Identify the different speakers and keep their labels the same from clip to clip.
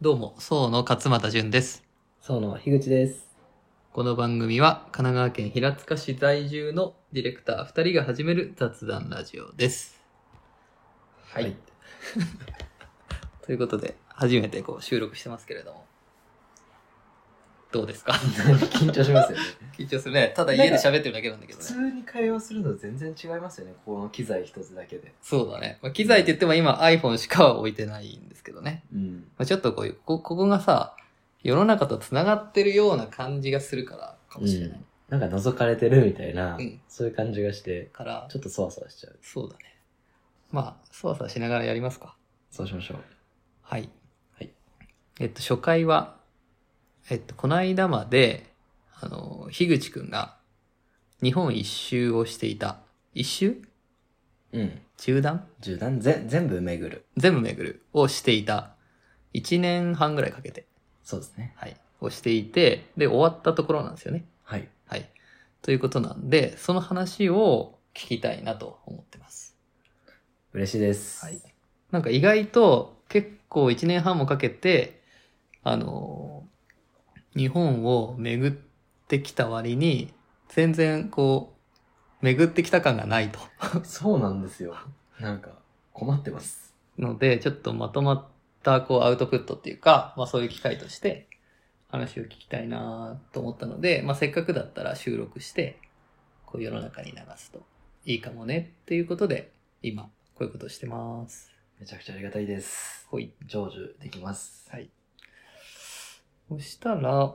Speaker 1: どうも、総の勝俣淳です。
Speaker 2: そうの樋口です。
Speaker 1: この番組は神奈川県平塚市在住のディレクター2人が始める雑談ラジオです。はい。
Speaker 2: はい
Speaker 1: ということで、初めてこう収録してますけれども。どうですか
Speaker 2: 緊張しますよね。
Speaker 1: 緊張するね。ただ家で喋ってるだけなんだけ
Speaker 2: 普
Speaker 1: どね。
Speaker 2: 通に会話するの全然違いますよね。この機材一つだけで。
Speaker 1: そうだね。まあ、機材って言っても今 iPhone しか置いてないんですけどね。
Speaker 2: うん。
Speaker 1: まあ、ちょっとこういう、こここがさ、世の中と繋がってるような感じがするからかもしれない。
Speaker 2: なんか覗かれてるみたいな、
Speaker 1: うん
Speaker 2: そういう感じがして、
Speaker 1: から、
Speaker 2: ちょっとそわそわしちゃう。
Speaker 1: そうだね。まあ、そわそわしながらやりますか。
Speaker 2: そうしましょう。
Speaker 1: はい。
Speaker 2: はい。
Speaker 1: えっと、初回は、えっと、この間まで、あの、樋口くんが、日本一周をしていた。一周
Speaker 2: うん。
Speaker 1: 中断
Speaker 2: 縦断ぜ全部巡る。
Speaker 1: 全部巡るをしていた。一年半ぐらいかけて、
Speaker 2: そうですね。
Speaker 1: はい。をしていて、で、終わったところなんですよね。
Speaker 2: はい。
Speaker 1: はい。ということなんで、その話を聞きたいなと思ってます。
Speaker 2: 嬉しい です。
Speaker 1: はい。なんか意外と結構1年半もかけて、あのー日本を巡ってきた割に、全然こう、巡ってきた感がないと。
Speaker 2: そうなんですよ。なんか、困ってます。
Speaker 1: ので、ちょっとまとまったこうアウトプットっていうか、まあそういう機会として話を聞きたいなと思ったので、まあせっかくだったら収録して、こう世の中に流すといいかもねっていうことで、今こういうことをしてます。
Speaker 2: めちゃくちゃありがたいです。
Speaker 1: ほい。
Speaker 2: 成就できます。
Speaker 1: はい。そしたら、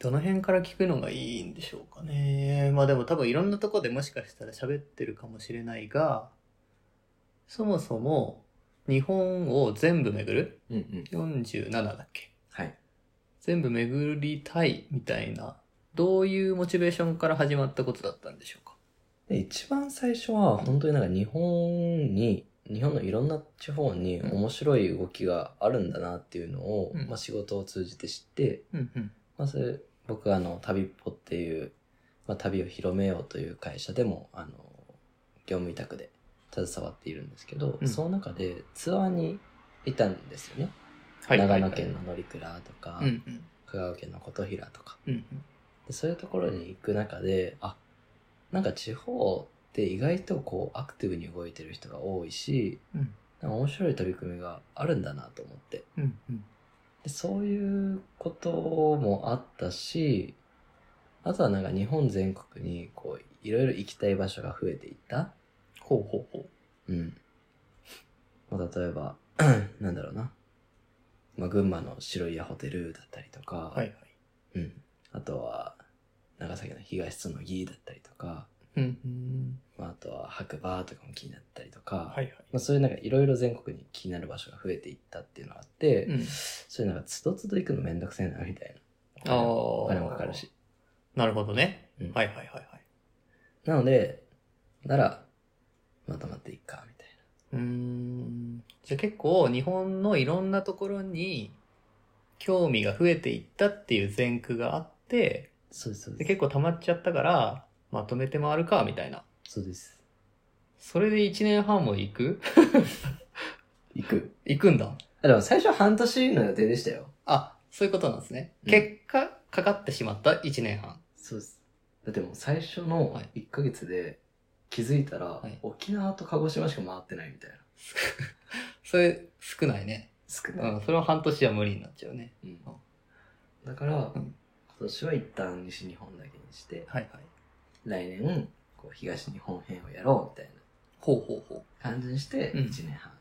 Speaker 1: どの辺から聞くのがいいんでしょうかね。まあでも多分いろんなとこでもしかしたら喋ってるかもしれないが、そもそも日本を全部巡る
Speaker 2: うんうん。
Speaker 1: ?47 だっけ
Speaker 2: はい。
Speaker 1: 全部巡りたいみたいな、どういうモチベーションから始まったことだったんでしょうか
Speaker 2: で一番最初は本当になんか日本に日本のいろんな地方に
Speaker 1: うん
Speaker 2: 面白い動きがあるんだなっていうのを、
Speaker 1: うん
Speaker 2: まあ、仕事を通じて知って、
Speaker 1: うんうん。
Speaker 2: まあ、それ僕はあの旅っぽっていう、まあ、旅を広めようという会社でもあの業務委託で携わっているんですけど、
Speaker 1: うん
Speaker 2: その中でツアーにいたんですよね、
Speaker 1: は
Speaker 2: 長野県の乗鞍とか、
Speaker 1: うんうん。
Speaker 2: 香川県の琴平とか
Speaker 1: うん
Speaker 2: でそういうところに行く中であなんか地方って意外とこうアクティブに動いてる人が多いし
Speaker 1: うん。
Speaker 2: なんか面白い取り組みがあるんだなと思って
Speaker 1: うんうん。
Speaker 2: でそういうこともあったしあとはなんか日本全国にこういろいろ行きたい場所が増えていった、
Speaker 1: ほうほうほう。
Speaker 2: うんまあ、例えば なんだろうな、まあ、群馬の白い家ホテルだったりとか、
Speaker 1: はいはい。
Speaker 2: うん、あとは長崎の東紬だったりとか、
Speaker 1: うんうん。
Speaker 2: まあ、あとは白馬とかも気になったりとか、
Speaker 1: はいはい。
Speaker 2: まあ、そういうなんかいろいろ全国に気になる場所が増えていったっていうのがあって、
Speaker 1: うん
Speaker 2: そういうなんかつどつど行くのめんどくせえなみたいな
Speaker 1: ああ。
Speaker 2: お
Speaker 1: お
Speaker 2: 金もかかる。し
Speaker 1: なるほどね。
Speaker 2: うん
Speaker 1: はいはいはいはい。
Speaker 2: なのでならまとまっていっかみたいう
Speaker 1: ーん。じゃあ結構日本のいろんなところに興味が増えていったっていう前駆があって、
Speaker 2: なそうですそう
Speaker 1: で
Speaker 2: です
Speaker 1: 結構溜まっちゃったから、まとめて回るか、みたいな。
Speaker 2: そうです
Speaker 1: それで1年半も行く
Speaker 2: 行く
Speaker 1: 行くんだ。
Speaker 2: あでも最初半年の予定でしたよ
Speaker 1: あ、そういうことなんですね。
Speaker 2: うん
Speaker 1: 結果、かかってしまった1年半。
Speaker 2: そうですだってもう最初の
Speaker 1: はい
Speaker 2: 1ヶ月で気づいたら、
Speaker 1: はい
Speaker 2: 沖縄と鹿児島しか回ってないみたいな
Speaker 1: それ、少ないね。
Speaker 2: 少
Speaker 1: う
Speaker 2: ない、
Speaker 1: ん、それは半年は無理になっちゃうね。
Speaker 2: うんだから、
Speaker 1: ん
Speaker 2: 今年は一旦西日本だけにして
Speaker 1: はいはい。
Speaker 2: 来年こう東日本編をやろうみたい
Speaker 1: ほうほうほ
Speaker 2: な感じにして
Speaker 1: うん
Speaker 2: 1年半
Speaker 1: う。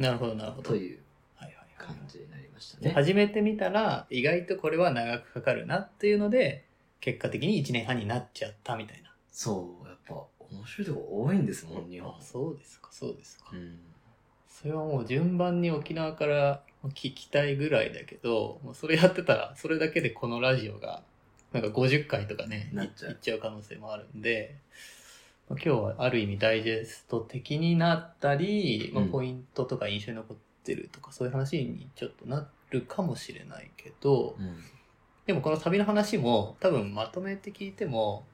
Speaker 1: なるほどなるほど。
Speaker 2: と
Speaker 1: はい
Speaker 2: いう
Speaker 1: はいはい。
Speaker 2: 感じになりました
Speaker 1: で
Speaker 2: ね、
Speaker 1: 始めてみたら意外とこれは長くかかるなっていうので結果的に1年半になっちゃったみたいな
Speaker 2: そうやっぱ面白いとこ多いんですもん日本
Speaker 1: あそうですかそうですか、
Speaker 2: うん
Speaker 1: それはもう順番に沖縄から聞きたいぐらいだけどもうそれやってたらそれだけでこのラジオがなんか50回とかねい
Speaker 2: な
Speaker 1: 行
Speaker 2: っちゃう
Speaker 1: っちゃう可能性もあるんでまあ今日はある意味ダイジェスト的になったり、まあ
Speaker 2: うん
Speaker 1: ポイントとか印象に残ってるとか、そういう話にちょっとなるかもしれないけど、
Speaker 2: うん
Speaker 1: でもこの旅の話も多分まとめて聞いても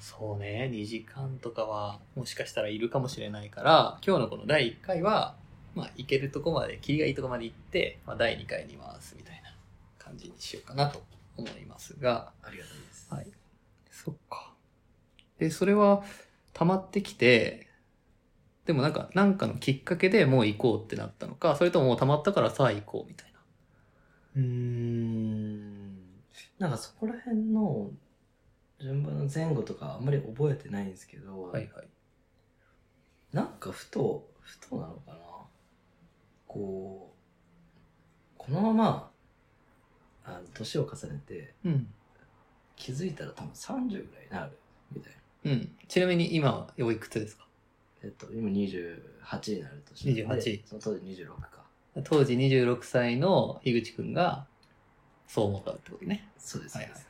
Speaker 1: そうね2時間とかはもしかしたらいるかもしれないから今日のこの第1回はまあ、行けるとこまで、霧がいいとこまで行って、まあ、第2回に回すみたいな感じにしようかなと思いますが、
Speaker 2: ありがたいです。
Speaker 1: はい。そっか。で、それは溜まってきて、でもなんか、なんかのきっかけでもう行こうってなったのか、それとももう溜まったからさあ行こうみたいな。
Speaker 2: うーん。なんかそこら辺の順番の前後とかあんまり覚えてないんですけど、
Speaker 1: はいはい。
Speaker 2: なんかふと、ふとなのかなこう、このまま、あの、年を重ねて、
Speaker 1: うん。
Speaker 2: 気づいたら多分30ぐらいになる、みたいな。
Speaker 1: うん。ちなみに今はおいくつですか
Speaker 2: えっと、今28になる年なんで
Speaker 1: 28
Speaker 2: その当時26か。
Speaker 1: 当時26歳の樋口くんが、そう思ったってことね。
Speaker 2: そうです、
Speaker 1: はい
Speaker 2: そうです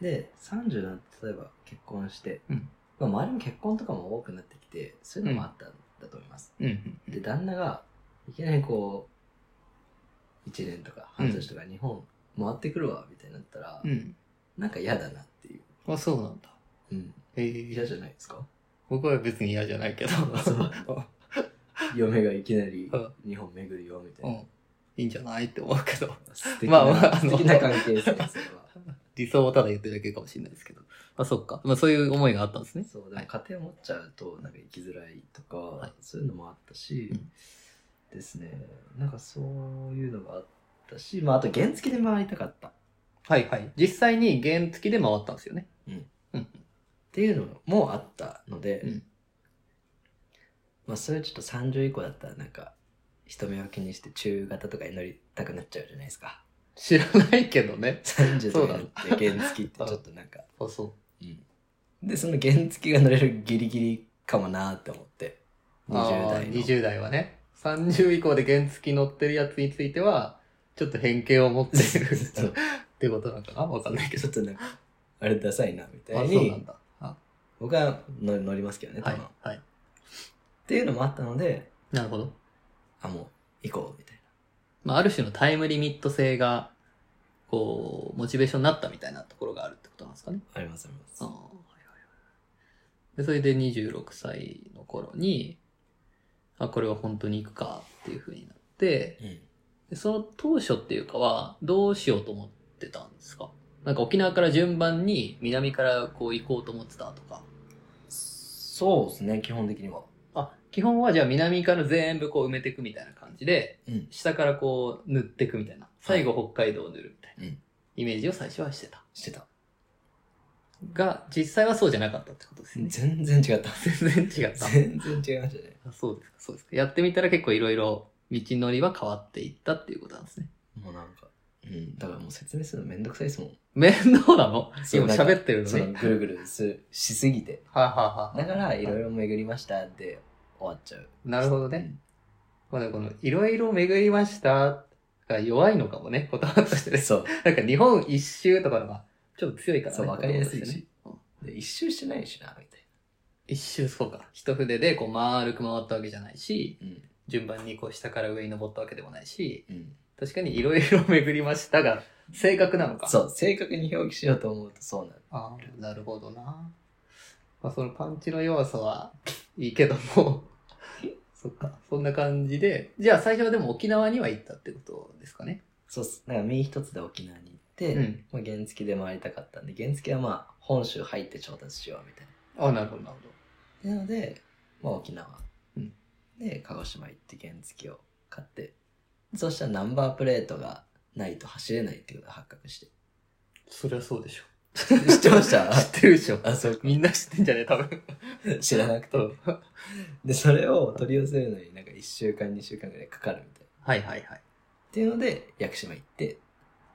Speaker 2: で、30になって、例えば結婚して、
Speaker 1: うん
Speaker 2: まあ、周りも結婚とかも多くなってきて、そういうのもあったんだと思います。
Speaker 1: うんうんうん。
Speaker 2: で、旦那が、いきなりこう、1年とか半年とか日本回ってくるわ、みたいになったら、
Speaker 1: うん。
Speaker 2: なんか嫌だなっていう。
Speaker 1: あ、そうなんだ。
Speaker 2: うん。
Speaker 1: え
Speaker 2: 嫌
Speaker 1: ー、
Speaker 2: じゃな いですか
Speaker 1: 僕は別に嫌じゃないけど。
Speaker 2: そう嫁がいきなり
Speaker 1: うん
Speaker 2: 日本巡るよ、みた
Speaker 1: う
Speaker 2: い
Speaker 1: ん
Speaker 2: な。。
Speaker 1: いいんじゃないって思うけど。
Speaker 2: 素敵
Speaker 1: まあまあ
Speaker 2: な、
Speaker 1: あ
Speaker 2: 素
Speaker 1: の
Speaker 2: 敵な関係 性ですよ。
Speaker 1: 理想をただ言ってるだけかもしれないですけど。まあ、そっか。まあ、そういう思いがあったんですね。
Speaker 2: そう、でも家庭持っちゃうと、なんか生きづらいとか、
Speaker 1: い
Speaker 2: そういうのもあったし、
Speaker 1: うん
Speaker 2: ですね、なんかそういうのがあったし、まああと原付で回りたかったっ
Speaker 1: はいはい。実際に原付きで回ったんですよね。
Speaker 2: ていうのもあったので、
Speaker 1: うん
Speaker 2: まあそれちょっと30以降だったらなんか、人目を気にして中型とかに乗りたくなっちゃうじゃないですか。
Speaker 1: 知らないけどね。
Speaker 2: 30
Speaker 1: そ
Speaker 2: と
Speaker 1: う
Speaker 2: か
Speaker 1: だ
Speaker 2: に乗って原付ってちょっとなんか、
Speaker 1: あ、そう。
Speaker 2: で、その原付が乗れるギリギリかもなーって思って、20代の。
Speaker 1: 20代はね。30以降で原付き乗ってるやつについては、ちょっと偏見を持ってい る
Speaker 2: そう
Speaker 1: ってことなのかなわかんないけ
Speaker 2: ち
Speaker 1: ど
Speaker 2: ょっ。となんか、あれダサいな、みた
Speaker 1: あ、
Speaker 2: い
Speaker 1: そうなん
Speaker 2: に、
Speaker 1: だ。あ
Speaker 2: 僕は乗乗りますけどね、多
Speaker 1: は
Speaker 2: 分、っ
Speaker 1: い。はい。
Speaker 2: ていうのもあったので、
Speaker 1: なるほど。
Speaker 2: あ、もう、行こう、みたい
Speaker 1: まあ、ある種のタイムリミット性が、こう、モチベーションになったみたいなところがあるってことなんですかね。
Speaker 2: な。あります、あります。
Speaker 1: ああ、はいはいはい。で、それで26歳の頃に、あ、これは本当に行くかっていう風になって、
Speaker 2: うん。
Speaker 1: でその当初っていうかは、どうしようと思ってたんですかなんか沖縄から順番に南からこう行こうと思ってたとか。
Speaker 2: そうですね、基本的には。
Speaker 1: あ、基本はじゃあ南から全部こう埋めていくみたいな感じで、
Speaker 2: うん。
Speaker 1: 下からこう塗っていくみたいな。最後北海道を塗るみたいな、
Speaker 2: うん
Speaker 1: イメージを最初はしてた。
Speaker 2: してた。
Speaker 1: が、実際はそうじゃなかったってことですね。
Speaker 2: 全然違った。
Speaker 1: 全然違った。
Speaker 2: 全然違いましたね。
Speaker 1: あそうですか、そうですか。やってみたら結構いろいろ道のりは変わっていったっていうことなんですね。
Speaker 2: もうなんか、うん。だからもう説明するのめんどくさいですもん。
Speaker 1: 面倒なの
Speaker 2: そう
Speaker 1: 今喋ってるの
Speaker 2: その
Speaker 1: ね。
Speaker 2: ぐるぐるすしすぎて。
Speaker 1: はあ、はあはあ
Speaker 2: だから、いろいろ巡りましたで終わっちゃう。
Speaker 1: なるほどね。まあでもこの、いろいろ巡りましたが弱いのかもね、言葉として
Speaker 2: うん。
Speaker 1: ね。
Speaker 2: そう。
Speaker 1: なんか日本一周とかのがちょっと強いからね。
Speaker 2: そうわかりやすいし
Speaker 1: 言葉とてねうん
Speaker 2: で一周してないしな、みたい
Speaker 1: 一周そうか。一筆でこう丸く回ったわけじゃないし、
Speaker 2: な。
Speaker 1: 順番にこう下から上に登ったわけでもないし、
Speaker 2: うん。うん。
Speaker 1: 確かにいろいろ巡りましたが、正確なのか。
Speaker 2: そう、正確に表記しようと思うとそうなる。
Speaker 1: ああ、なるほどな。まあ、そのパンチの弱さはいいけども、 そっか、そんな感じで、じゃあ最初はでも沖縄には行ったってことですかね。
Speaker 2: そうっす。だから身一つで沖縄に行って、
Speaker 1: うん
Speaker 2: まあ、原付で回りたかったんで、原付はまあ、本州入って調達しようみたい
Speaker 1: ああ、なるほど、なるほ
Speaker 2: な。なので、まあ沖縄。
Speaker 1: うん
Speaker 2: で、鹿児島行って原付を買って、そしたらナンバープレートがないと走れないっていうことが発覚して。
Speaker 1: ど。そりゃそうでしょ。
Speaker 2: 知ってました
Speaker 1: 知ってるでしょ。
Speaker 2: あ、そうか
Speaker 1: みんな知ってんじゃねえ多 分。
Speaker 2: 知らなくて。
Speaker 1: うんはい
Speaker 2: で、それを取り寄せるのになんか1週間、2週間ぐらいかかるみたいな。
Speaker 1: はいはい。
Speaker 2: っていうので、屋久島行って、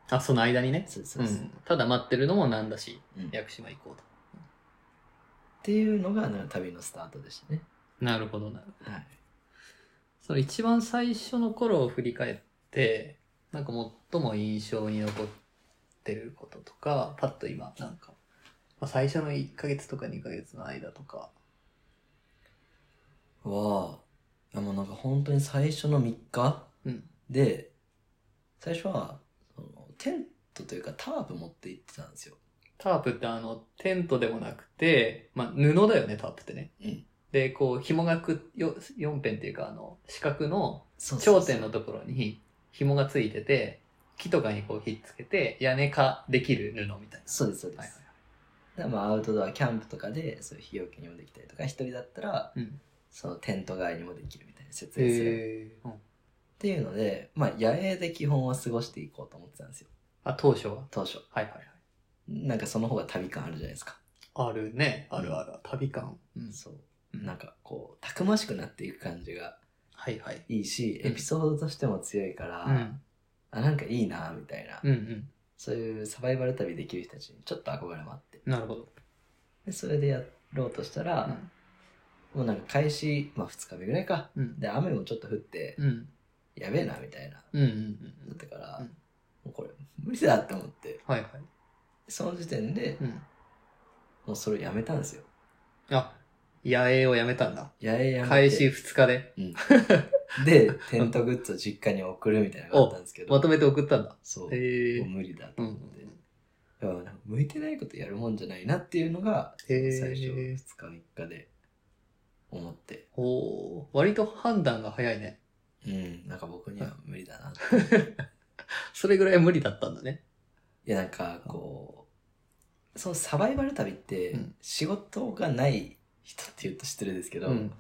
Speaker 1: あ、その間にね。
Speaker 2: そうそううそう。
Speaker 1: ん。ただ待ってるのもなんだし、
Speaker 2: うん
Speaker 1: 屋久島行こうと。
Speaker 2: っていうのがなんか旅のスタートでしたね。
Speaker 1: なるほど、なるほど。
Speaker 2: はい。
Speaker 1: その一番最初の頃を振り返って、なんか最も印象に残ってることとか、パッと今、なんか、まあ、最初の1ヶ月とか2ヶ月の間とか、
Speaker 2: は、いやもうなんか本当に最初の3日
Speaker 1: うん。
Speaker 2: で、最初は、そのテントというかタープ持って行ってたんですよ。
Speaker 1: タープってあの、テントでもなくて、まあ、布だよね、タープってね。
Speaker 2: うん。
Speaker 1: で、こう、紐がく、よ4辺っていうか、あの、四角の
Speaker 2: そうそう
Speaker 1: 頂点のところに紐がついてて、木とかにこうひっつけて、屋根化できる布みたい
Speaker 2: そうですそうで
Speaker 1: な。
Speaker 2: す、
Speaker 1: はいはい
Speaker 2: でまあアウトドアキャンプとかでそういう日よけにもできたりとか一人だったら
Speaker 1: はい。うん。
Speaker 2: そのテント外にもできるみたいな設営する、
Speaker 1: えー、うん。
Speaker 2: っていうのでまあ野営で基本は過ごしていこうと思ってたんですよ
Speaker 1: あ、当初は
Speaker 2: 当初
Speaker 1: はいはいはい。
Speaker 2: なんかその方が旅感あるじゃないですか、
Speaker 1: あるね。あるある。旅感。うん。
Speaker 2: そううんなんかこうたくましくなっていく感じが
Speaker 1: はいはい。
Speaker 2: いいし、
Speaker 1: うん
Speaker 2: エピソードとしても強いから、
Speaker 1: うん。
Speaker 2: あなんかいいなみたいな、
Speaker 1: うんうん。
Speaker 2: そういうサバイバル旅できる人たちにちょっと憧れもあって
Speaker 1: なるほど。
Speaker 2: でそれでやろうとしたら、もうなんか開始、まあ、2日目ぐらいか
Speaker 1: うん。
Speaker 2: で雨もちょっと降って、
Speaker 1: うん。
Speaker 2: やべえなみたいな
Speaker 1: うんうんうんう
Speaker 2: だ
Speaker 1: ん。
Speaker 2: ったから、
Speaker 1: うん
Speaker 2: もうこれ無理だって思って
Speaker 1: はいはい。
Speaker 2: その時点で、
Speaker 1: うん。
Speaker 2: もうそれやめたんですよ
Speaker 1: あ、野営をやめたんだ。
Speaker 2: やえやめて
Speaker 1: 開始2日で。
Speaker 2: うん、でテントグッズを実家に送るみたいなのがあったんですけど
Speaker 1: まとめて送ったんだ。
Speaker 2: そう、
Speaker 1: へえ
Speaker 2: もう。無理だと
Speaker 1: うんう
Speaker 2: 思って、
Speaker 1: ん。
Speaker 2: いやなんか向いてないことやるもんじゃないなっていうのが
Speaker 1: へ
Speaker 2: 最
Speaker 1: ー
Speaker 2: 初2日3日で思って、
Speaker 1: おー割と判断が早いね。
Speaker 2: うん、なんか僕には無理だなって
Speaker 1: それぐらい無理だったんだね。
Speaker 2: いやなんかこうそのサバイバル旅って
Speaker 1: うん
Speaker 2: 仕事がない人って言うと失礼ですけど、
Speaker 1: うん。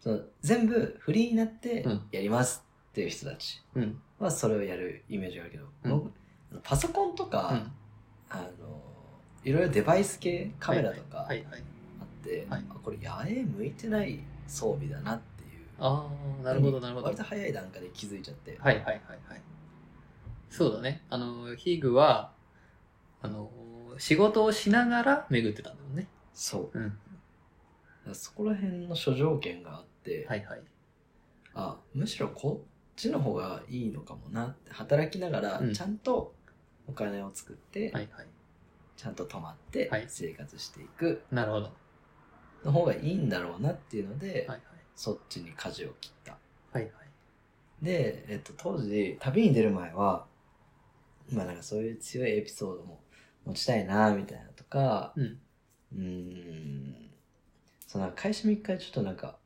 Speaker 2: その全部フリーになって
Speaker 1: うん
Speaker 2: やりますっていう人たち
Speaker 1: うん。
Speaker 2: はそれをやるイメージがあるけど、
Speaker 1: うん
Speaker 2: 僕パソコンとか、
Speaker 1: うん
Speaker 2: あのいろいろデバイス系カメラとかあっ
Speaker 1: は
Speaker 2: て
Speaker 1: い、はい。はい
Speaker 2: あこれ野営向いてない装備だなっていう
Speaker 1: ああ、なるほど、なるほど。はい
Speaker 2: 割と早い段階で気づいちゃって、
Speaker 1: はいはいはい。そうだね。あの、ヒグは、あの、仕事をしながら巡ってたんだもんね。
Speaker 2: そう
Speaker 1: う
Speaker 2: だか
Speaker 1: ん。
Speaker 2: らそこら辺の諸条件があって、
Speaker 1: はいはい。
Speaker 2: あむしろこっちの方がいいのかもなって働きながら
Speaker 1: うん
Speaker 2: ちゃんとお金を作って、
Speaker 1: はいはい。
Speaker 2: ちゃんと泊まって
Speaker 1: はい
Speaker 2: 生活していく
Speaker 1: なるほど。は
Speaker 2: の方がいいんだろうなっていうので、
Speaker 1: いはい。
Speaker 2: そっちに舵を切った
Speaker 1: はいはい。
Speaker 2: で、えっと、当時旅に出る前はまあなんかそういう強いエピソードも持ちたいなみたいなとか
Speaker 1: うん。
Speaker 2: うーんその会社3日でちょっとなんか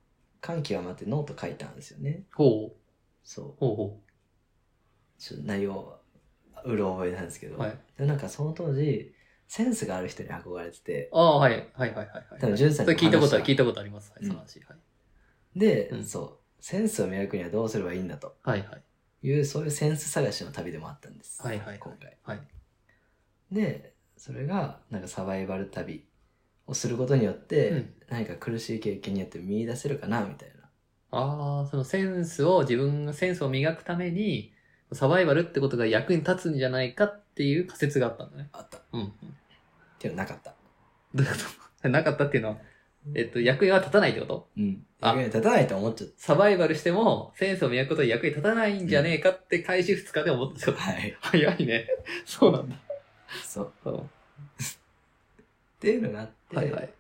Speaker 2: 感極まってノート書いたんですよね
Speaker 1: ほう、
Speaker 2: そう
Speaker 1: ほうほ
Speaker 2: ちょっと内容うろ覚えなんですけど、
Speaker 1: はい
Speaker 2: でなんかその当時センスがある人に憧れてて
Speaker 1: う。ああ、はいはいはいはいはい。
Speaker 2: 多分ジュンさん
Speaker 1: そ
Speaker 2: に
Speaker 1: れ聞
Speaker 2: も
Speaker 1: いたことは、
Speaker 2: 話
Speaker 1: 聞いたことあります。は
Speaker 2: う
Speaker 1: い、
Speaker 2: ん
Speaker 1: その話。はい。
Speaker 2: で、
Speaker 1: うん
Speaker 2: そうセンスを磨くにはどうすればいいんだと
Speaker 1: はいはい。
Speaker 2: いうそういうセンス探しの旅でもあったんです、
Speaker 1: はいはいはい
Speaker 2: 今回
Speaker 1: はい。
Speaker 2: でそれがなんかサバイバル旅をすることによって、
Speaker 1: うん
Speaker 2: 何か苦しい経験によって見出せるかなみたいな
Speaker 1: ああ、そのセンスを、自分がセンスを磨くために、サバイバルってことが役に立つんじゃないかっていう仮説があったんだね。
Speaker 2: あったっ
Speaker 1: うんうん。
Speaker 2: ていうのなかった
Speaker 1: どういうこと なかったっていうのは、えっと、役には立たないってこと
Speaker 2: うん
Speaker 1: あ
Speaker 2: 役に立たないと思っちゃっ
Speaker 1: サバイバルしても、センスを磨くことは役に立たないんじゃねえかって開始2日で思ったってこ
Speaker 2: た
Speaker 1: と。
Speaker 2: はい
Speaker 1: 早いね。そうなんだ。
Speaker 2: そうっ
Speaker 1: うん
Speaker 2: ていうのがあって、
Speaker 1: はいはい。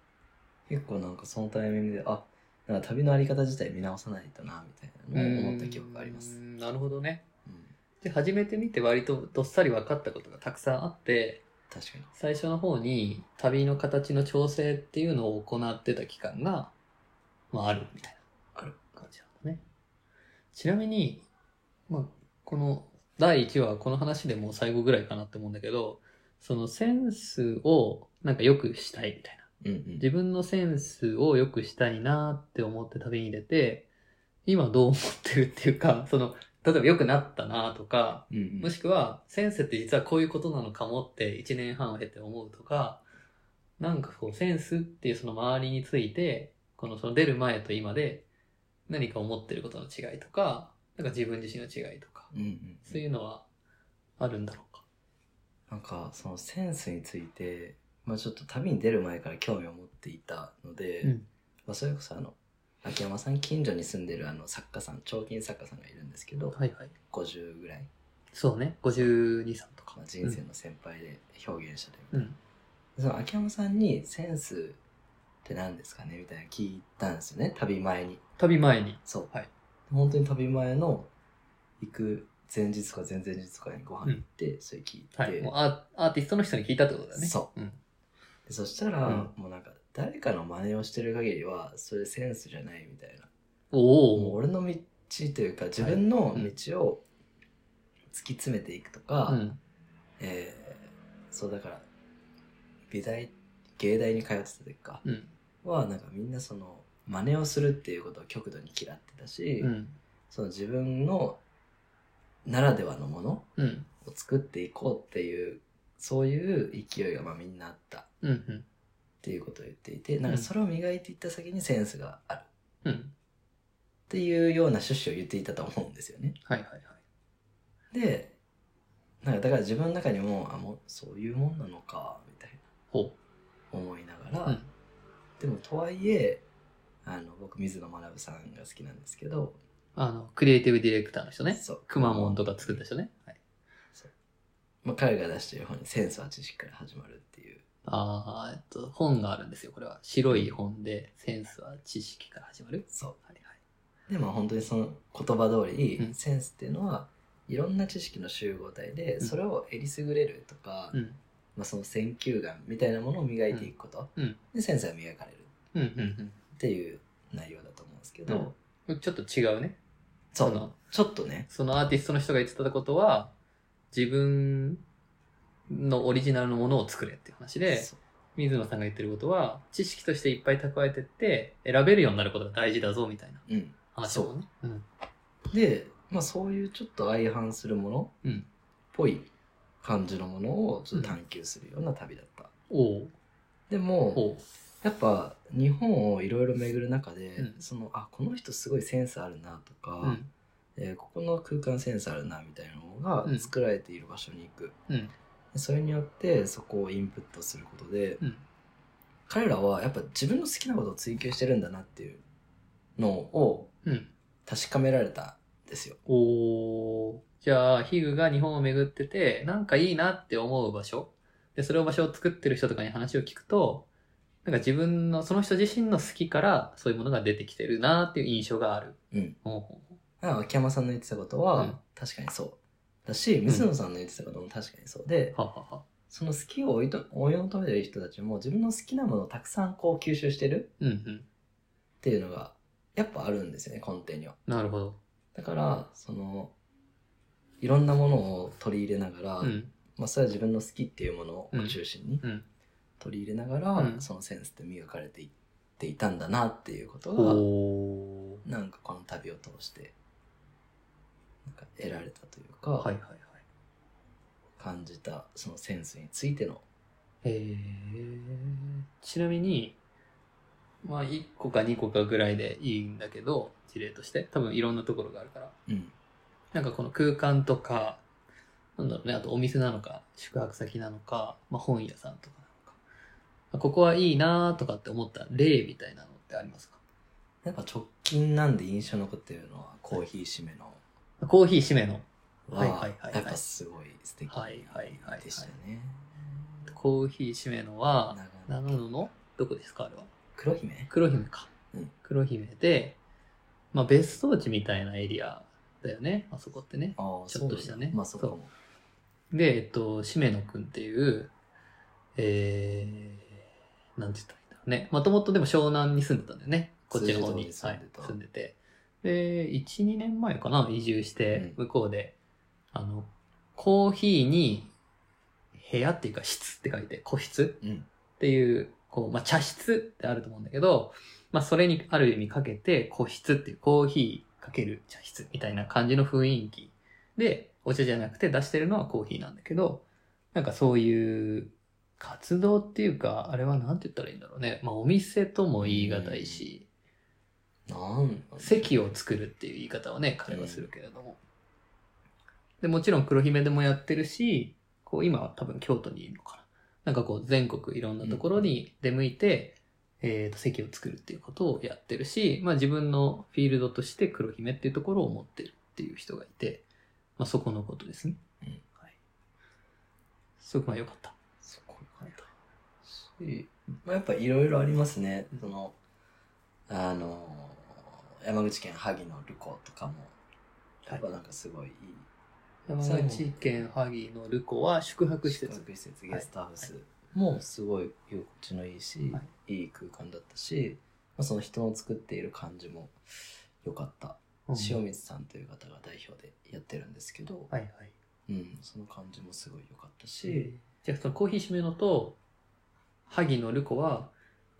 Speaker 2: 結構なんかそのタイミングであなんか旅のあり方自体見直さないとなみたいなのを思った記憶がありま
Speaker 1: うー
Speaker 2: す
Speaker 1: んなるほどね。
Speaker 2: うん
Speaker 1: で、始めてみて割とどっさり分かったことがたくさんあって、
Speaker 2: 確かに
Speaker 1: 最初の方に旅の形の調整っていうのを行ってた期間が、まああるみたいな
Speaker 2: ある
Speaker 1: 感じなんだね。ちなみに、まあこの第1話はこの話でもう最後ぐらいかなって思うんだけど、そのセンスをなんか良くしたいみたいな。
Speaker 2: うんうん
Speaker 1: 自分のセンスを良くしたいなって思って旅に出て、今どう思ってるっていうか、 その、例えば良くなったなとか、
Speaker 2: うんうん
Speaker 1: もしくは、センスって実はこういうことなのかもって1年半を経て思うとか、なんかこう、センスっていうその周りについて、このその出る前と今で何か思ってることの違いとか、なんか自分自身の違いとか、
Speaker 2: うんうん
Speaker 1: そういうのはあるんだろうか。
Speaker 2: なんかそのセンスについて、まあ、ちょっと旅に出る前から興味を持っていたので、
Speaker 1: うん
Speaker 2: まあ、それこそあの秋山さん近所に住んでるあの作家さん彫金作家さんがいるんですけど、
Speaker 1: はいはい。
Speaker 2: 50ぐらい、
Speaker 1: そうね、52歳とか
Speaker 2: まあ、。人生の先輩で表現者で、
Speaker 1: うん。
Speaker 2: その秋山さんにセンスって何ですかねみたいなの聞いたんですよね旅前に
Speaker 1: 旅前に。
Speaker 2: そう、
Speaker 1: はい
Speaker 2: 本当に旅前の行く前日とか前々日とかにご飯行って、それ聞いて、
Speaker 1: はい。もうアーアーティストの人に聞いたってことだよね。。
Speaker 2: そう
Speaker 1: うん。
Speaker 2: でそしたら、
Speaker 1: うん
Speaker 2: もうなんか誰かの真似をしてる限りはそれセンスじゃないみたいなもう
Speaker 1: おお。
Speaker 2: 俺の道というか自分の道を突き詰めていくとか、
Speaker 1: うん。
Speaker 2: えーそうだから美大芸大に通ってた時か
Speaker 1: うん。
Speaker 2: はなんかみんなその真似をするっていうことを極度に嫌ってたし、
Speaker 1: うん。
Speaker 2: その自分のならではのもの
Speaker 1: うん。
Speaker 2: を作っていこうっていうそういう勢いがまあみんなあったっ
Speaker 1: うん。
Speaker 2: ていうことを言っていてなんかそれを磨いていった先にセンスがあるっ
Speaker 1: うん。
Speaker 2: ていうような趣旨を言っていたと思うんですよね。
Speaker 1: はいはいはい。
Speaker 2: でなんかだから自分の中にもあもうそういうもんなのかみたい
Speaker 1: ほ
Speaker 2: な思いなが
Speaker 1: う
Speaker 2: ら、
Speaker 1: ん
Speaker 2: でもとはいえあの僕水野学さんが好きなんですけど、
Speaker 1: う。あの、クリエイティブディレクターの人ね。
Speaker 2: そう
Speaker 1: くまモンとか作った人ね。はい、
Speaker 2: まあ、彼が出している本に「センスは知識から始まる」っていう
Speaker 1: ああ、えっと、本があるんですよ、これは。白い本で、センスは知識から始まる。
Speaker 2: そ
Speaker 1: はいは
Speaker 2: うでまあ本当にその言葉通り、
Speaker 1: うん
Speaker 2: センスっていうのはいろんな知識の集合体で
Speaker 1: うん
Speaker 2: それをえりすぐれるとか、
Speaker 1: い。うん。
Speaker 2: まあ、その選球眼みたいなものを磨いていくこと、
Speaker 1: うんうん
Speaker 2: でセンスが磨かれる
Speaker 1: うんうん
Speaker 2: っていう内容だと思うんですけど、
Speaker 1: うんうん。ちょっと違うね。
Speaker 2: そ
Speaker 1: そうの
Speaker 2: ちょっとね
Speaker 1: そのアーティストの人が言ってたことは、自分のオリジナルのものを作れっていう話で、
Speaker 2: そう
Speaker 1: 水野さんが言ってることは、知識としていっぱい蓄えてって、選べるようになることが大事だぞ、みたいな
Speaker 2: うん、
Speaker 1: 話だもんね。うん。
Speaker 2: で、まあ、そういうちょっと相反するもの
Speaker 1: う
Speaker 2: っ
Speaker 1: ん
Speaker 2: ぽい感じのものをちょっと探求するような旅だった、
Speaker 1: おう
Speaker 2: でも
Speaker 1: おう
Speaker 2: やっぱ日本をいろいろ巡る中で、
Speaker 1: うん
Speaker 2: そのあこの人すごいセンスあるなとか、
Speaker 1: うん。
Speaker 2: えーここの空間センスあるなみたいなもの
Speaker 1: うん
Speaker 2: が作られている場所に行く、
Speaker 1: うん。
Speaker 2: でそれによってそこをインプットすることで、
Speaker 1: うん。
Speaker 2: 彼らはやっぱ自分の好きなことを追求してるんだなっていうのを
Speaker 1: うん。
Speaker 2: 確かめられたんですよ。
Speaker 1: おーじゃあ、ヒグが日本を巡ってて、なんかいいなって思う場所。で、それを場所を作ってる人とかに話を聞くと、なんか自分の、その人自身の好きからそういうものが出てきてるなっていう印象がある。
Speaker 2: うん
Speaker 1: ほうほうほ
Speaker 2: だから秋山さんの言ってたことは、
Speaker 1: うん
Speaker 2: 確かにそうだし水野さんの言ってたことも確かにそうで、
Speaker 1: う。ははは。
Speaker 2: その好きを追いと追い求めてる人たちも自分の好きなものをたくさんこう吸収してる
Speaker 1: うんうん。
Speaker 2: っていうのがやっぱあるんですよね根底には。
Speaker 1: なるほど。
Speaker 2: だからそのいろんなものを取り入れながら、
Speaker 1: うん。
Speaker 2: まあ、それは自分の好きっていうものを中心に
Speaker 1: うん。
Speaker 2: 取り入れながら、
Speaker 1: うん
Speaker 2: そのセンスって磨かれていっていたんだなっていうことが、
Speaker 1: おー
Speaker 2: なんかこの旅を通してなんか得られたというか、
Speaker 1: はいはいはい。
Speaker 2: 感じたそのセンスについての
Speaker 1: えー、ちなみに、まあ、1個か2個かぐらいでいいんだけど、事例として。多分いろんなところがあるから。
Speaker 2: うん
Speaker 1: なんかこの空間とか、なんだろうね、あとお店なのか、宿泊先なのか、まあ、本屋さんとかなのかあ、ここはいいなーとかって思った例みたいなのってありますか
Speaker 2: やっぱ直近なんで印象残ってるのはコーヒー締めの
Speaker 1: コーヒー締めの。
Speaker 2: は,、
Speaker 1: はいはいはいはい
Speaker 2: やっぱすごい素敵
Speaker 1: はいはいはいはい
Speaker 2: でしたね、
Speaker 1: コーヒー締めのは、
Speaker 2: 長野
Speaker 1: 長野のどこですかあれは。
Speaker 2: 黒姫
Speaker 1: 黒姫か。
Speaker 2: うん
Speaker 1: 黒姫で、まあ別荘地みたいなエリアだよね、あそこってね。
Speaker 2: ああ
Speaker 1: ちょっとしたね
Speaker 2: まあそうかも
Speaker 1: で、えっと、しめのくんっていう、えー、なんて言ったらいいんだろうね。もともとでも湘南に住んでたんだよね。こっちの方に。
Speaker 2: 通常通り住んでた
Speaker 1: はい、住んでて。で、1、2年前かな、移住して、
Speaker 2: う
Speaker 1: 向こうで、あの、コーヒーに、部屋っていうか室って書いて、個室
Speaker 2: うん
Speaker 1: っていう、こう、まあ、茶室ってあると思うんだけど、まあ、それにある意味かけて、個室っていう、コーヒーかける茶室みたいな感じの雰囲気で、お茶じゃなくて出してるのはコーヒーなんだけど、なんかそういう活動っていうか、あれはなんて言ったらいいんだろうね。まあ、お店とも言い難いし、
Speaker 2: なん
Speaker 1: 席を作るっていう言い方をね、彼はするけれども。で、もちろん黒姫でもやってるし、こう今は多分京都にいるのかな。なんかこう全国いろんなところに出向いて、えっと、席を作るっていうことをやってるし、まあ自分のフィールドとして黒姫っていうところを持ってるっていう人がいて、まあそこのことですね。
Speaker 2: うん
Speaker 1: はい。すごくまあ良かった。
Speaker 2: すごいかったし、まあ、やっぱいろいろありますね、
Speaker 1: うん
Speaker 2: そのあの山口県萩のルコとかもやっぱなんかすごいいい
Speaker 1: 山口県萩のルコは宿泊施設。
Speaker 2: 施設ゲストハウスもうすごい居心地のいいし、、
Speaker 1: はい
Speaker 2: い空間だったし、まあ、その人の作っている感じも良かった、塩水さんという方が代表でやってるんですけど、
Speaker 1: はいはい。
Speaker 2: うん、その感じもすごい良かったし、
Speaker 1: じゃあそのコーヒー締めのと、萩野ルコは、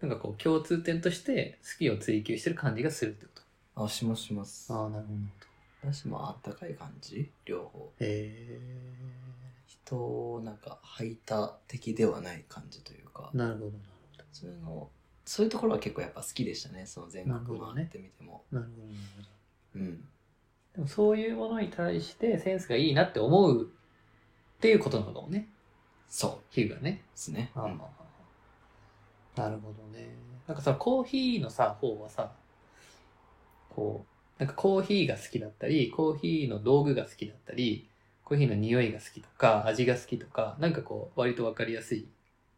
Speaker 1: なんかこう共通点として好きを追求してる感じがするってこ
Speaker 2: あしますします
Speaker 1: と。ああ、なるほど。
Speaker 2: だしまああったかい感じ両方
Speaker 1: へ
Speaker 2: 人をなんか排他的ではない感じというか
Speaker 1: え。なるほど、なる
Speaker 2: そういうのそういうところは結構やっぱ好きでしたねその全
Speaker 1: なるほ
Speaker 2: 国
Speaker 1: ど
Speaker 2: 回
Speaker 1: ね
Speaker 2: ってみても、
Speaker 1: ほど。なるほど、なるほど。
Speaker 2: うん
Speaker 1: でもそういうものに対してセンスがいいなって思うっていうことなのかもね。
Speaker 2: そう
Speaker 1: ヒューがね。
Speaker 2: ですね、
Speaker 1: ああ
Speaker 2: うん
Speaker 1: なるほどね。なんかさ、コーヒーのさ、方はさ、こう、なんかコーヒーが好きだったり、コーヒーの道具が好きだったり、コーヒーの匂いが好きとか、味が好きとか、なんかこう、割とわかりやすい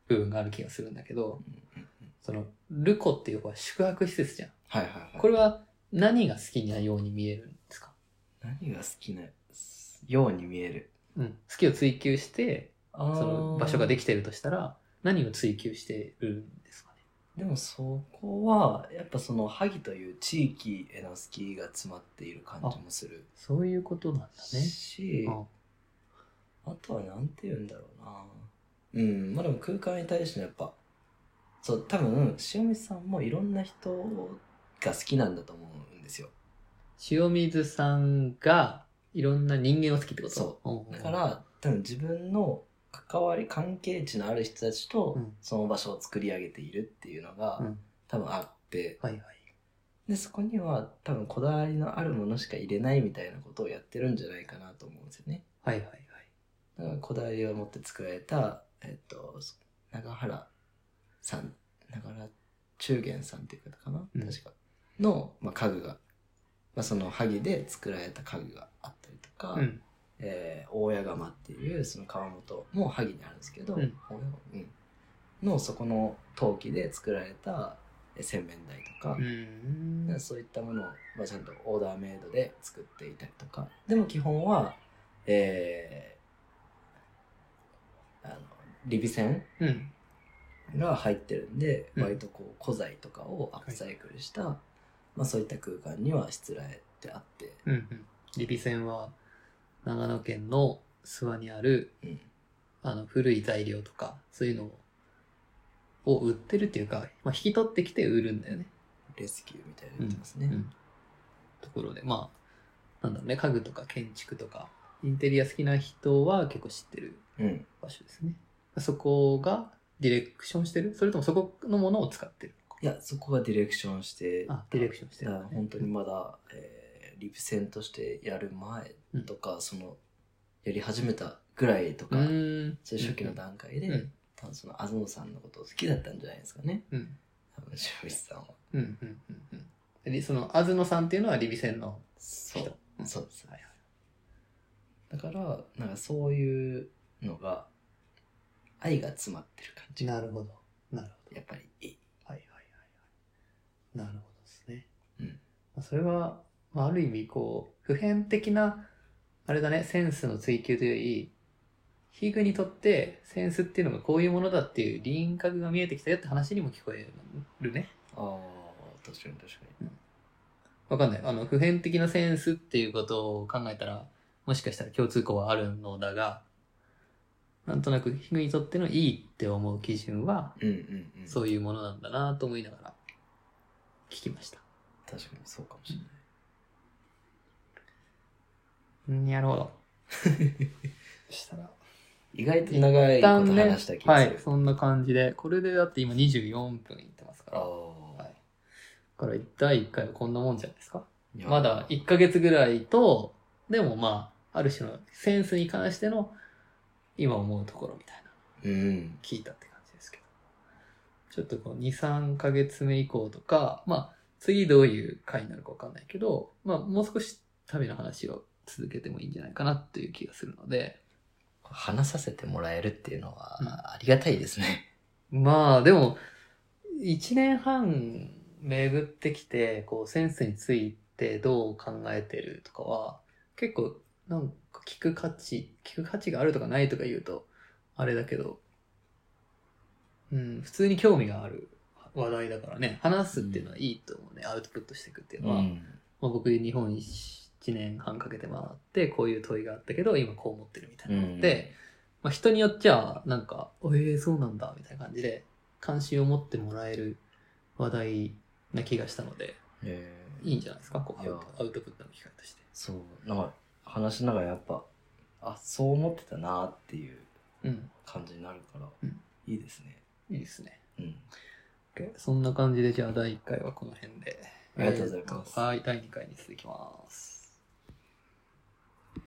Speaker 1: 部分がある気がするんだけど、
Speaker 2: うんうん
Speaker 1: その、ルコっていう方は宿泊施設じゃん。
Speaker 2: はいはいはい
Speaker 1: これは何が好きなように見えるんですか
Speaker 2: 何が好きなように見える
Speaker 1: うん。好きを追求して、
Speaker 2: そ
Speaker 1: その場所がで
Speaker 2: き
Speaker 1: きてるとしたら、何を追求してるんですかね。
Speaker 2: でもそこはやっぱその萩という地域への好きが詰まっている感じもする
Speaker 1: そういうことなんだね。
Speaker 2: し
Speaker 1: うん
Speaker 2: あとはなんて言うんだろうなうんまあでも空間に対してのやっぱそう多分塩見さんもいろんな人が好きなんだと思うんですよ
Speaker 1: 塩水さんがいろんな人間を好きってこと
Speaker 2: そ
Speaker 1: うんうん
Speaker 2: だから多分自分の関わり関係値のある人たちと
Speaker 1: うん
Speaker 2: その場所を作り上げているっていうの
Speaker 1: う
Speaker 2: が
Speaker 1: ん
Speaker 2: 多分あって
Speaker 1: はいはい
Speaker 2: でそこには多分こだわりのあるものしか入れないみたいなことをやってるんじゃないかなと思うんですよね
Speaker 1: はいはいはい
Speaker 2: だからこだわりを持って作られた、えっと、そ長原さん長原中元さんっていう方かな、
Speaker 1: うん
Speaker 2: 確かの、まあ、家具が、まあ、その萩で作られた家具があったりとか、
Speaker 1: うん
Speaker 2: えー大谷釜っていうその川本も萩にあるんですけど、
Speaker 1: うん
Speaker 2: 大谷窯うんのそこの陶器で作られたえー洗面台とか
Speaker 1: う、ん
Speaker 2: でそういったものを、まあ、ちゃんとオーダーメイドで作っていたりとかでも基本は、えーあのリビ線
Speaker 1: うん
Speaker 2: が入ってるんで、
Speaker 1: うん
Speaker 2: 割とこう古材とかをアップサイクルした、まあ、そういった空間にはしつらえてあって、
Speaker 1: うんうんリビセンは長野県の諏訪にある
Speaker 2: うん、
Speaker 1: あの古い材料とかそういうのを売ってるっていうか、まあ、引き取ってきて売るんだよね、
Speaker 2: レスキューみたいになってますね。
Speaker 1: うん、ところでまあなんだろうね家具とか建築とかインテリア好きな人は結構知ってる
Speaker 2: うん
Speaker 1: 場所ですね。そこがディレクションしてるそれともそこのものを使ってる
Speaker 2: いやそこはディレクションして
Speaker 1: あ、ディレクションして
Speaker 2: だ
Speaker 1: る
Speaker 2: か
Speaker 1: の
Speaker 2: ら
Speaker 1: ね、
Speaker 2: 本当にまだ、えーリプ線としてやる前とか、そのやり始めたぐらいと
Speaker 1: う
Speaker 2: か、
Speaker 1: ーん。
Speaker 2: そういう初期の段階で、
Speaker 1: うん
Speaker 2: 多分その東さんのことを好きだったんじゃないですかね
Speaker 1: うん。
Speaker 2: 多分清水さんは
Speaker 1: うん。うん。うん。うんうん。で、その、東さんっていうのはリビセンの
Speaker 2: そ
Speaker 1: 人。ん
Speaker 2: そうです
Speaker 1: はいはい。
Speaker 2: だからなんかそういうのが愛が詰まってる感じが
Speaker 1: なるほど。なるほど。
Speaker 2: やっぱりいい
Speaker 1: はいはいはいはい。なるほどですね。
Speaker 2: うん
Speaker 1: まあそれは、まあ、ある意味、こう、普遍的な、あれだね、センスの追求というより、ヒグにとってセンスっていうのがこういうものだっていう輪郭が見えてきたよって話にも聞こえるね。
Speaker 2: ああ確かに確かに
Speaker 1: わかんない。あの、普遍的なセンスっていうことを考えたら、もしかしたら共通項はあるのだが、なんとなく、ヒグにとってのいいって思う基準は、
Speaker 2: うんうんうん
Speaker 1: そういうものなんだなと思いながら、聞きました。
Speaker 2: 確かにそうかもしれない、
Speaker 1: うん、なるほど。 そしたら、
Speaker 2: 意外と長い
Speaker 1: 一
Speaker 2: こ
Speaker 1: 旦
Speaker 2: と
Speaker 1: ね
Speaker 2: 話した、気が
Speaker 1: は
Speaker 2: する、
Speaker 1: い、そんな感じで、これでだって今24分いってますか
Speaker 2: あ
Speaker 1: ら、
Speaker 2: あ
Speaker 1: は、い。だから第1回はこんなもんじゃないですか
Speaker 2: いや
Speaker 1: まだ1ヶ月ぐらいと、でもまあ、ある種のセンスに関しての今思うところみたいな、
Speaker 2: うん
Speaker 1: 聞いたって感じですけど。ちょっとこう2、3ヶ月目以降とか、まあ、次どういう回になるかわかんないけど、まあ、もう少し旅の話を続けてもいいんじゃないかなっていう気がするので、
Speaker 2: 話させてもらえるっていうのは
Speaker 1: うん
Speaker 2: ありがたいですね、
Speaker 1: まあでも、一年半巡ってきて、こうセンスについてどう考えてるとかは、結構なんか聞く価値、聞く価値があるとかないとか言うと、あれだけど、うん、普通に興味がある話題だからね、話すっていうのはいいと思うね、アウトプットしていくっていうのは。
Speaker 2: うん
Speaker 1: まあ、僕日本1年半かけて回ってこういう問いがあったけど今こう思ってるみたいなのって、まあ、人によっちゃなんか「えー、そうなんだ」みたいな感じで関心を持ってもらえる話題な気がしたので
Speaker 2: えー
Speaker 1: いいんじゃないですかこうアウ
Speaker 2: いや
Speaker 1: トアウトプットの機会として。
Speaker 2: そうなんか話しながらやっぱあそう思ってたなっていう
Speaker 1: うん
Speaker 2: 感じになるから、
Speaker 1: うん
Speaker 2: いいですね、
Speaker 1: いいですね。
Speaker 2: うん、
Speaker 1: OK そんな感じでじゃあ第1回はこの辺で。
Speaker 2: ありがとうございます
Speaker 1: えーとはい、第2回に続きます。